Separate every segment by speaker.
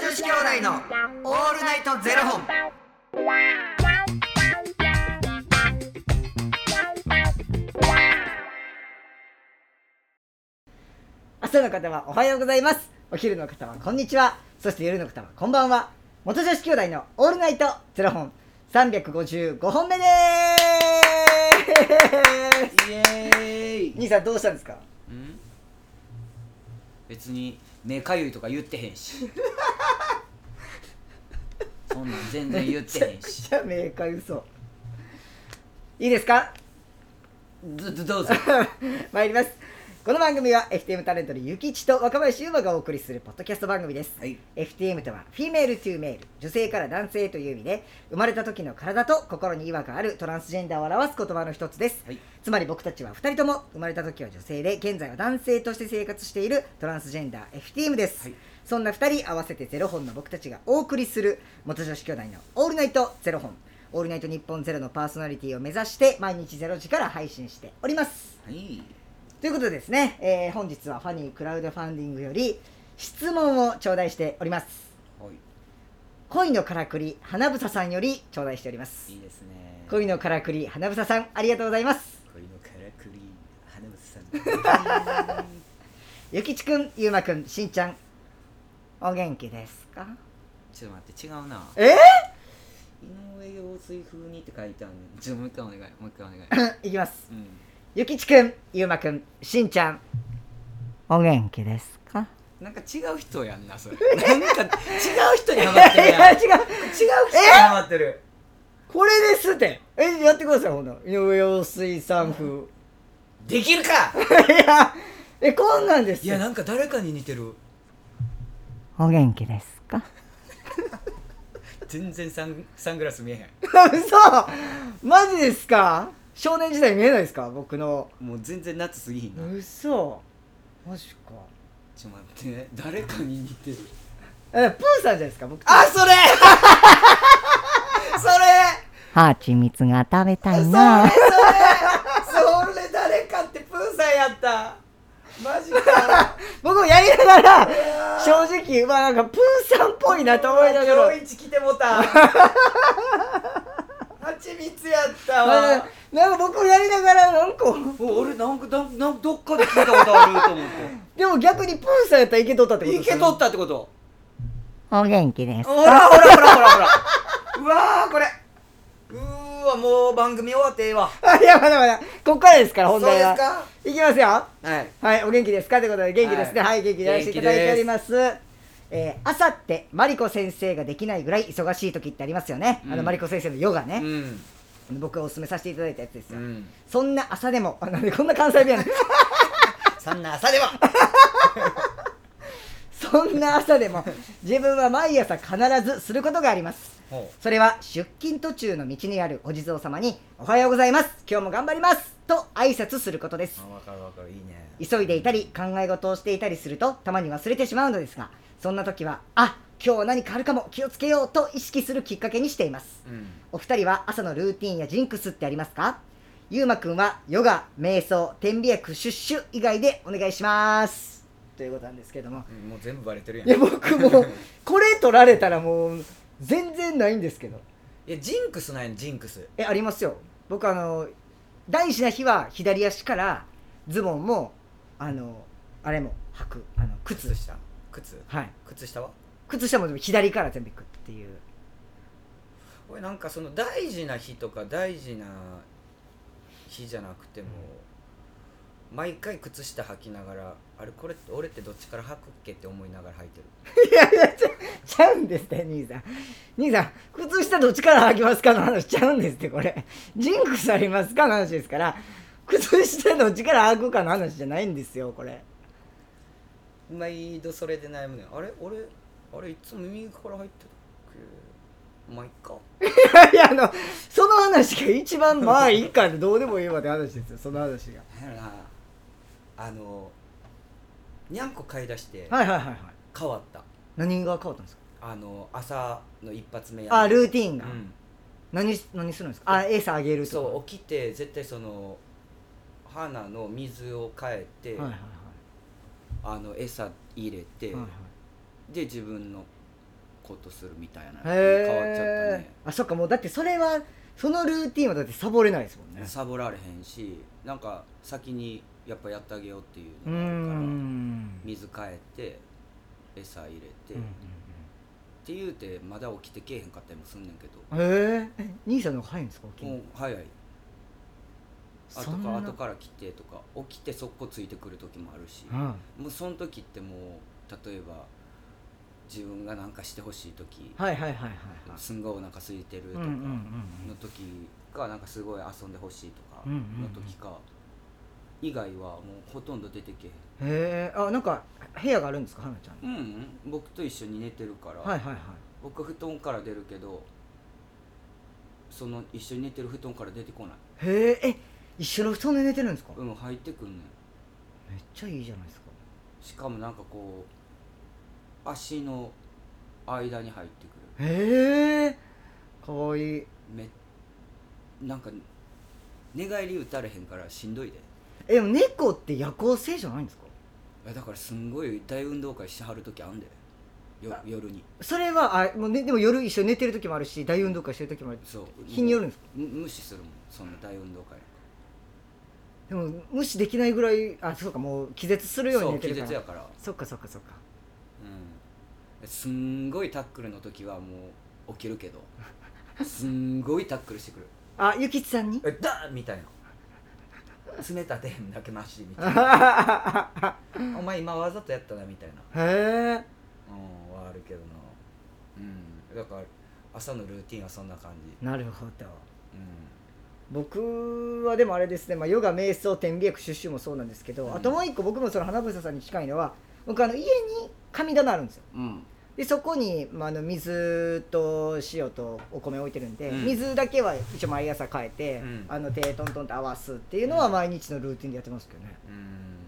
Speaker 1: 子兄弟のオールナイトゼロ本。
Speaker 2: 朝の方はおはようございますお昼の方はこんにちはそして夜の方はこんばんは元女子兄弟のオールナイトゼロ本355本目でーす
Speaker 1: イエーイ。
Speaker 2: 兄さんどうしたんですか
Speaker 1: ん別に目かゆいとか言ってへん し。そんなん全然言ってへんし。
Speaker 2: じゃあ明快嘘いいですか
Speaker 1: どどどうぞ。
Speaker 2: 参りますこの番組は FTM タレントのゆきちと若林優馬がお送りするポッドキャスト番組です、
Speaker 1: はい。
Speaker 2: FTM とはフィメールトゥーメール女性から男性という意味で生まれた時の体と心に違和があるトランスジェンダーを表す言葉の一つです、
Speaker 1: はい
Speaker 2: つまり僕たちは2人とも生まれた時は女性で現在は男性として生活しているトランスジェンダー FTM です、
Speaker 1: はい
Speaker 2: そんな2人合わせてゼロ本の僕たちがお送りする元女子兄弟の「オールナイトゼロ本」「オールナイト日本ゼロのパーソナリティを目指して毎日ゼロ時から配信しております
Speaker 1: はい。
Speaker 2: ということでですね、えー本日はファニークラウドファンディングより質問を頂戴しております
Speaker 1: はい。
Speaker 2: 恋のからくり花房さんより頂戴しております
Speaker 1: いいですね。
Speaker 2: 恋のからくり花房さんありがとうございます
Speaker 1: 恋のからくり花 房さん。
Speaker 2: ゆきちくんゆうまくんしんちゃんお元気ですか
Speaker 1: ちょっと待って違うな。
Speaker 2: え
Speaker 1: 井上陽水風にって書いてあるの。ちょもう一回お願い。もう一回 お願い。
Speaker 2: ー、いきます
Speaker 1: うん。
Speaker 2: ゆきちくんゆうまくんしんちゃんお元気ですか
Speaker 1: なんか違う人やんな それ。なんか違う人にハマ ってるやん。
Speaker 2: 違う
Speaker 1: 違う人にハマってる。
Speaker 2: これですってえやってくださいほんなら井上陽水さ ん風
Speaker 1: できるか。
Speaker 2: いやえこんなんです
Speaker 1: い
Speaker 2: よ
Speaker 1: やなんか誰かに似てる。
Speaker 2: お元気ですか
Speaker 1: 全然サンサングラス見え
Speaker 2: 嘘マジですか少年時代見えないですか僕の
Speaker 1: へん。もう全然夏すぎひんな。
Speaker 2: 嘘マジか
Speaker 1: ちょっと待って。誰かに似てる。
Speaker 2: えプーさんじゃないですか僕
Speaker 1: あそれ。 それ。
Speaker 3: ハーチミツが食べたい
Speaker 1: それそれ
Speaker 3: な。
Speaker 1: それ誰かってプーさんやったマジか
Speaker 2: 僕もやりながら 正直まあなんかプーさんっぽいなと思いながら
Speaker 1: 今日一来てもたはちみつやった
Speaker 2: ま
Speaker 1: わ
Speaker 2: あなんか僕もやりながらなんか
Speaker 1: お俺なんかなんなんどっかで聞いたことあると思っ
Speaker 2: でも逆にプーさんやったらいけとったってこ
Speaker 1: て
Speaker 2: と
Speaker 1: い
Speaker 2: です
Speaker 1: け
Speaker 2: よね
Speaker 1: とったってこと
Speaker 3: お元気です。
Speaker 1: ほらほらほらほらほら うわーこれうーわもう番組終わってええわ
Speaker 2: あいやまだまだここからですから
Speaker 1: そう
Speaker 2: 本
Speaker 1: です
Speaker 2: 題は
Speaker 1: か
Speaker 2: いきますよ
Speaker 1: はい
Speaker 2: はい、お元気ですかということで、元気ですね。
Speaker 1: は
Speaker 2: はいい、元気でやらせていただいております。えー、あさって、マリコ先生ができないぐらい忙しい時ってありますよね。
Speaker 1: うん
Speaker 2: あの、マリコ先生のヨガね
Speaker 1: う。ん
Speaker 2: 僕がお勧めさせていただいたやつです
Speaker 1: う
Speaker 2: よ。
Speaker 1: ん
Speaker 2: そんな朝でも、あ、なんで こんな関西弁やねん
Speaker 1: そんな朝では
Speaker 2: そんな朝でも、自分は毎朝必ずすることがあります。
Speaker 1: ほ
Speaker 2: それは、出勤途中の道にあるお地蔵様に、おはようございます。今日も頑張ります。と挨拶することです
Speaker 1: う。あわかるわかるいいね
Speaker 2: 急いでいたり考え事をしていたりするとたまに忘れてしまうのですがそんな時はあ今日は何かあるかも気をつけようと意識するきっかけにしています
Speaker 1: うん
Speaker 2: お二人は朝のルーティンやジンクスってありますかゆうまくんはヨガ瞑想天秤薬シュッシュ以外でお願いしますということなんですけども
Speaker 1: うんもう全部バレてるやん
Speaker 2: いや僕もう これ取られたらもう全然ないんですけど
Speaker 1: いやジンクスないのジンクス
Speaker 2: えありますよ僕あの大事な日は左足からズボンもあのあれも履くあの靴
Speaker 1: 靴下靴
Speaker 2: はい
Speaker 1: 靴下は
Speaker 2: 靴下もでも左から全部行くっていう
Speaker 1: 俺なんかその大事な日とか大事な日じゃなくても毎回靴下履きながらあれこれって俺ってどっちから履くっけって思いながら履いてる
Speaker 2: いやいやちゃちゃうんですって兄さん兄さん靴下どっちから履きますかの話ちゃうんですってこれジンクスありますかの話ですから靴下どっちから履くかの話じゃないんですよこれ
Speaker 1: 毎度それで悩むねんあれ俺あれいつも右から入ってるっけまあいっか
Speaker 2: いやいやあのその話が一番まあいいかでどうでもいいわって話ですよその話が
Speaker 1: なんやろなあのにゃんこ買い出して
Speaker 2: はいはいはいはい
Speaker 1: 変わった
Speaker 2: 何が変わったんですか
Speaker 1: あの朝の一発目や
Speaker 2: あル
Speaker 1: ー
Speaker 2: ーティンが、
Speaker 1: うん
Speaker 2: 何し何するんですかあ餌あげるとか
Speaker 1: そう起きて絶対その花の水を変えて、
Speaker 2: はいはい
Speaker 1: あの餌入れて、
Speaker 2: はいはいはい
Speaker 1: で自分の
Speaker 4: ことするみたいなのに変わっちゃった
Speaker 2: へ
Speaker 4: ね
Speaker 2: ーあそっかもうだってそれはそのルーティンはだってサボれないですもんね
Speaker 4: サボられへんしなんか先にやっぱやってあげようっていう
Speaker 2: うー
Speaker 4: のがあるから
Speaker 2: ん
Speaker 4: 水変えて餌入れて、
Speaker 2: うん
Speaker 4: って言うてまだ起きてけえへんかったりもすんねんけど
Speaker 2: へーえ兄さんの方が早いんですか起きる
Speaker 4: もう
Speaker 2: の
Speaker 4: 早いあと
Speaker 2: そん
Speaker 4: か
Speaker 2: な
Speaker 4: 後から来てとか起きて速攻ついてくる時もあるし
Speaker 2: うん
Speaker 4: もうその時ってもう例えば自分が何かしてほしい時
Speaker 2: はいはいはいはいはい
Speaker 4: すんごいお腹空いてると
Speaker 2: うん
Speaker 4: か
Speaker 2: うんうん
Speaker 4: の時かなんかすごい遊んでほしいとか
Speaker 2: うんうんうん
Speaker 4: の時か以外はもうほとんど出てけ
Speaker 2: うんへえあなんか部屋があるんですか花ちゃん
Speaker 4: えへんうんうん僕と一緒に寝てるから、
Speaker 2: はいはいはい
Speaker 4: 僕布団から出るけどその一緒に寝てる布団から出てこない
Speaker 2: へええ一緒の布団で寝てるんですか、
Speaker 4: うん入ってくんねん
Speaker 2: めっちゃいいじゃないですか
Speaker 4: しかもなんかこう足の間に入ってくる
Speaker 2: へえかわいい
Speaker 4: めなんか寝返り打たれへんからしんどいで
Speaker 2: えでも猫って夜行性じゃないんですか
Speaker 4: えだからすんごい大運動会してはる時あんでよ夜に
Speaker 2: それはあもう、ね、でも夜一緒に寝てる時もあるし大運動会してる時もある
Speaker 4: そう
Speaker 2: 日によるんですか
Speaker 4: む無視するもんそんな大運動会
Speaker 2: でも無視できないぐらいあそうかもう気絶するように
Speaker 4: そう
Speaker 2: 寝て
Speaker 4: 気
Speaker 2: るか
Speaker 4: 絶や
Speaker 2: ら
Speaker 4: から
Speaker 2: そっかそっかそっか
Speaker 4: うんすんごいタックルの時はもう起きるけ どすんごいタックルしてくる
Speaker 2: あゆきちさん に
Speaker 1: えだみたいな冷たてへんだけマシ みたいな
Speaker 2: へ
Speaker 1: お前今わざとやったなみたいな
Speaker 2: え
Speaker 1: うんはあるけどなうんだから朝のルーティンはそんな感じ
Speaker 2: なるほど
Speaker 1: う
Speaker 2: 僕はでもあれですね、まあ、ヨガ瞑想天秤薬シュッシュもそうなんですけど、
Speaker 4: うん
Speaker 2: あともう一個僕もその花房さんに近いのは僕あの家に神棚あるんですよ
Speaker 4: うん
Speaker 2: でそこに、まあ、あの水と塩とお米置いてるんで、
Speaker 4: うん
Speaker 2: 水だけは一応毎朝変えて、
Speaker 1: うん
Speaker 2: あの手トントンと合わすっていうのは
Speaker 4: うん
Speaker 2: 毎日のルーティンでやってますけどね、
Speaker 1: ん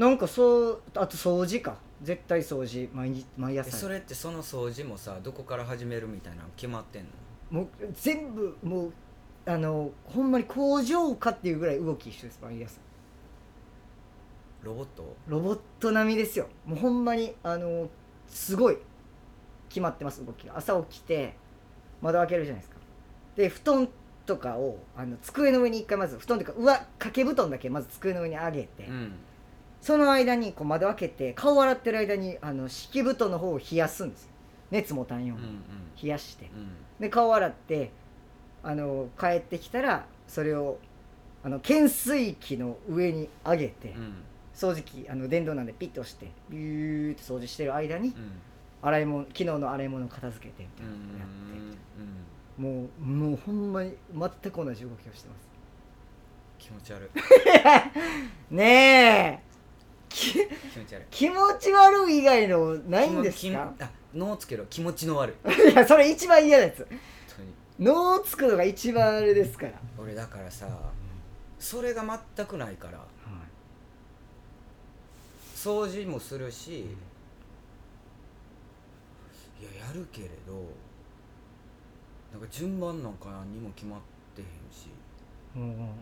Speaker 2: なんかそうあと掃除か絶対掃除毎日毎
Speaker 1: え
Speaker 2: 朝
Speaker 1: それってその掃除もさどこから始めるみたいなの決まってんの
Speaker 2: もう全部もうあのほんまに工場かっていうぐらい動き一緒です毎朝
Speaker 1: ロボット
Speaker 2: ロボット並みですよもうほんまにあのすごい決まってます動きが朝起きて窓開けるじゃないですかで布団とかをあの机の上に一回まず布団というか上掛け布団だけまず机の上に上げて、
Speaker 1: ん
Speaker 2: その間にこう窓開けて顔洗ってる間にあの敷布団の方を冷やすんですよ熱持たんよ
Speaker 1: う
Speaker 2: うん
Speaker 1: う
Speaker 2: に
Speaker 1: ん
Speaker 2: 冷やして
Speaker 1: うん
Speaker 2: で顔洗ってあの帰ってきたらそれをあの懸垂器の上に上げて、
Speaker 1: うん
Speaker 2: 掃除機あの電動なんでピッと押してビューって掃除してる間に
Speaker 1: うん
Speaker 2: 洗い物昨日の洗い物を片付けてみた
Speaker 1: う
Speaker 2: いなのをや
Speaker 1: ん
Speaker 2: って
Speaker 1: うん
Speaker 2: もうもうほんまに全く同じ動きをしてます
Speaker 1: 気持ち悪い
Speaker 2: ねえき
Speaker 1: 気持ち悪い
Speaker 2: 気持ち悪い以外のないんです
Speaker 1: 気も
Speaker 2: か
Speaker 1: 気もあ脳つけろ気持ちの悪い本
Speaker 2: いやそれ一番嫌なやつ
Speaker 1: 当に
Speaker 2: 脳つくのが一番あれですから、
Speaker 1: 俺だからさそれが全くないから掃除もするしいややるけれどなんか順番なんか何も決まってへんし
Speaker 2: もう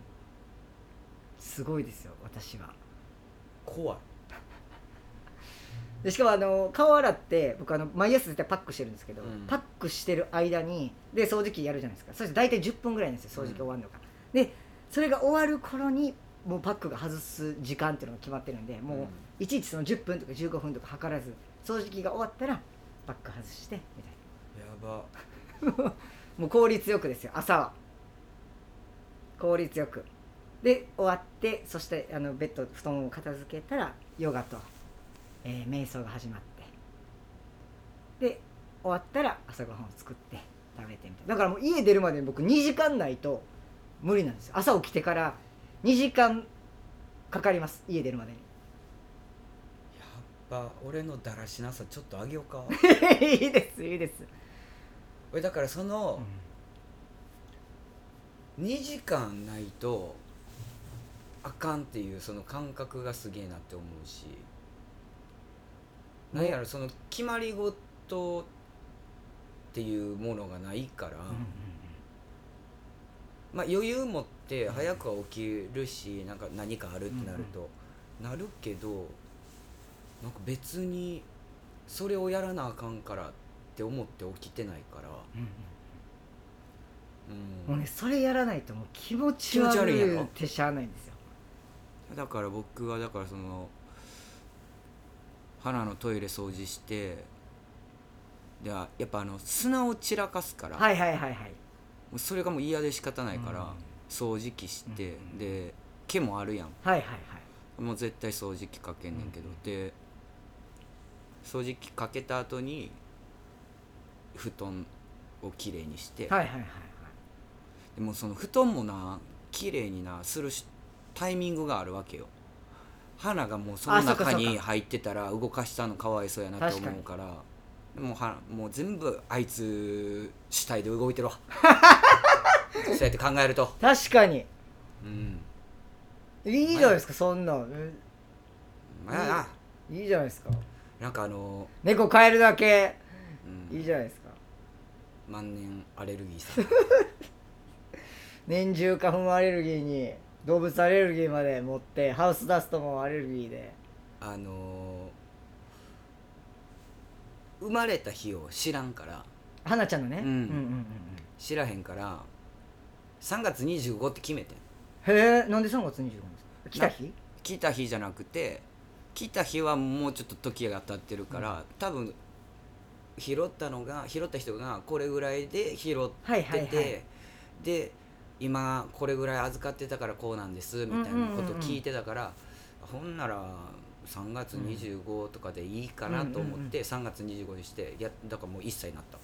Speaker 2: すごいですよ私は
Speaker 1: 怖い
Speaker 2: でしかもあの顔洗って僕あの毎朝絶対パックしてるんですけど、
Speaker 1: うん
Speaker 2: パックしてる間にで掃除機やるじゃないですかそして大体10分ぐらいなんですよ掃除機終わるのが、でそれが終わる頃にもうパックが外す時間っていうのが決まってるんでもう、
Speaker 1: うん
Speaker 2: いちいちその10分とか15分とか計らず掃除機が終わったらパック外してみたいな
Speaker 1: やば
Speaker 2: もう効率よくですよ朝は効率よくで終わってそしてあのベッド布団を片付けたらヨガと、えー瞑想が始まってで終わったら朝ごはんを作って食べてみたいなだからもう家出るまでに僕2時間ないと無理なんですよ朝起きてから2時間かかります家出るまでに
Speaker 1: やっぱ俺のだらしなさちょっとあげようか
Speaker 2: いいですいいです、
Speaker 1: 俺だからその2時間ないとあかんっていうその感覚がすげえなって思うしなんやろその決まり事っていうものがないから、まあ、余裕持って早くは起きるしなんか何かあるってなると、なるけどなんか別にそれをやらなあかんからっって思って起きてないから、う
Speaker 2: もうんねそれやらないともう気持ち
Speaker 1: 気持ち
Speaker 2: 悪
Speaker 1: 悪いんや
Speaker 2: い
Speaker 1: ろ
Speaker 2: ってしゃあないんですよ
Speaker 1: だから僕はだからその花のトイレ掃除してでやっぱあの砂を散らかすから、
Speaker 2: はいはいはいはい
Speaker 1: もうそれがもう嫌で仕方ないから、
Speaker 4: うん
Speaker 1: 掃除機して、
Speaker 4: うん
Speaker 1: で毛もあるやん
Speaker 2: はいはいはい
Speaker 1: もう絶対掃除機かけんねんけど、
Speaker 4: うん
Speaker 1: で掃除機かけた後に布団をきれいにして、
Speaker 2: はいはいはいはい
Speaker 1: でもその布団もなきれいになするしタイミングがあるわけよ花がもうその
Speaker 2: あそっかそっ
Speaker 1: 中
Speaker 2: か
Speaker 1: に入ってたら動かしたのかわいそうやなと思うからもうはもう全部あいつ死体で動いてる わそうやって考えると
Speaker 2: 確かに
Speaker 1: うん
Speaker 2: いいじゃないですかそんなん
Speaker 1: まあ
Speaker 2: いいじゃないですか
Speaker 1: なんかあの、
Speaker 2: 猫飼えるだけ
Speaker 1: うん
Speaker 2: いいじゃないですか
Speaker 1: 万年アレルギーさん
Speaker 2: 年中花粉アレルギーに動物アレルギーまで持ってハウスダストもアレルギーで
Speaker 1: あの生まれた日を知らんから
Speaker 2: 花ちゃんのね、
Speaker 1: う
Speaker 2: う
Speaker 1: ん
Speaker 2: んうん
Speaker 1: 知らへんから3月25って決めてん
Speaker 2: うんへえなんで3月25日ですか来た日
Speaker 1: 来た日じゃなくて来た日はもうちょっと時が経ってるから、多分拾ったのが拾った人がこれぐらいで拾ってて、
Speaker 2: はいはいはい
Speaker 1: で今これぐらい預かってたからこうなんですみたいなことを聞いてたから、ほんなら3月25とかでいいかなと思
Speaker 2: うんうんう
Speaker 1: っ
Speaker 2: んう
Speaker 1: て3月25にしていやだからもう1歳になった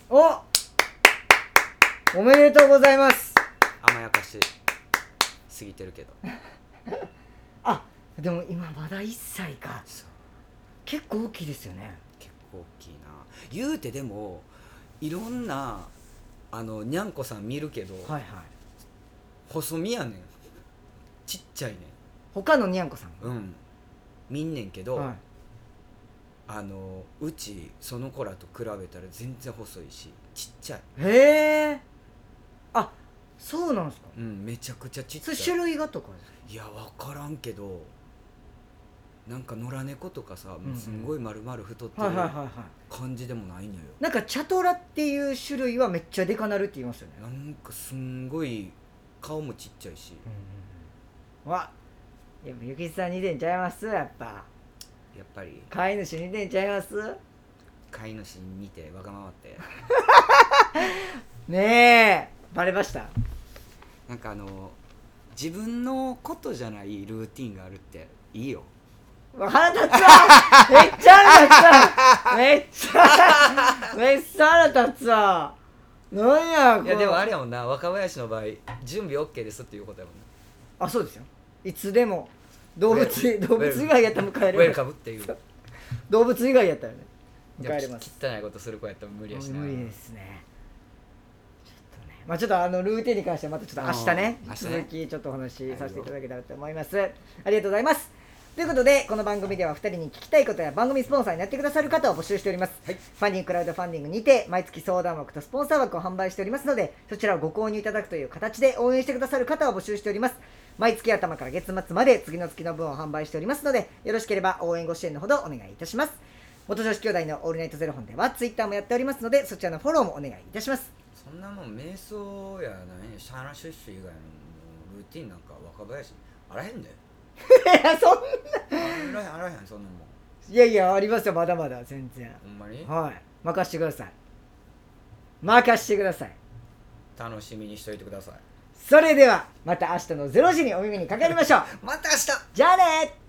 Speaker 2: おおめでとうございます
Speaker 1: 甘やかしすぎてるけ ど
Speaker 2: あでも今まだ1歳か
Speaker 1: そう
Speaker 2: 結構大きいですよね
Speaker 1: 結構大きいな言うてでもいろんなあのにゃんこさん見るけど、
Speaker 2: はいはい
Speaker 1: 細身やねんちっちゃいね
Speaker 2: 他のにゃんこさん
Speaker 1: んうん見んねんけど、
Speaker 2: はい
Speaker 1: あのうちその子らと比べたら全然細いしちっちゃい
Speaker 2: へえあそうなんですか
Speaker 1: うんめちゃくちゃちっ
Speaker 2: それ
Speaker 1: ちゃ
Speaker 2: 種
Speaker 1: い
Speaker 2: 類がとかですか
Speaker 1: いや分からんけどなんか野良猫とかさ
Speaker 2: んう
Speaker 1: も
Speaker 2: ん
Speaker 1: うすんごい丸々太ってる
Speaker 2: はいはいはいはい
Speaker 1: 感じでもないのよ、
Speaker 2: なんかチャトラっていう種類はめっちゃデカなるって言いますよね
Speaker 1: なんかすんごい顔もちっちゃいし
Speaker 2: わやっぱゆきさん似てんちゃいますやっぱ
Speaker 1: やっぱり
Speaker 2: 飼い主似てんちゃいます
Speaker 1: 飼い主に似てわがままって
Speaker 2: ねえバレました
Speaker 1: なんかあの自分のことじゃないルーティンがあるっていいよ
Speaker 2: わ腹立つ わめっちゃ 腹立つわめっちゃめっちゃ腹立つわなんやこ
Speaker 1: い
Speaker 2: れ
Speaker 1: やでもあれやもんな若林の場合準備 OK ですっていうことやもんな
Speaker 2: あそうですよいつでも動物
Speaker 1: ウェル
Speaker 2: 動物以外やったら迎え
Speaker 1: ウェ
Speaker 2: れ
Speaker 1: ル
Speaker 2: ます
Speaker 1: カムっていう
Speaker 2: 動物以外やったらね迎えれ
Speaker 1: でも
Speaker 2: ます
Speaker 1: き汚いことする子やったら無理やしな
Speaker 2: 無理ですねちょっとねまあちょっとあのルーティンに関してはまたちょっと明日ね
Speaker 1: うん明日ね
Speaker 2: 続きちょっとお話しさせていただけたらと思いますありがとうございますということでこの番組では2人に聞きたいことや番組スポンサーになってくださる方を募集しております、ファンディングクラウドファンディングにて毎月相談枠とスポンサー枠を販売しておりますのでそちらをご購入いただくという形で応援してくださる方を募集しております毎月頭から月末まで次の月の分を販売しておりますのでよろしければ応援ご支援のほどお願いいたします元女子兄弟のオールナイトゼロ本ではツイッターもやっておりますのでそちらのフォローもお願いいたします
Speaker 1: そんなもん瞑想やないシャーラシュッシュ以外のもうルーティンなんか若林あらへんで
Speaker 2: いやそん
Speaker 1: あらへんあらへんそんなもん
Speaker 2: いやいやありますよまだまだ全然
Speaker 1: ほんまに
Speaker 2: はい任してください任してください
Speaker 1: 楽しみにしといてください
Speaker 2: それではまた明日の0時にお耳にかかりましょう
Speaker 1: また明日
Speaker 2: じゃあね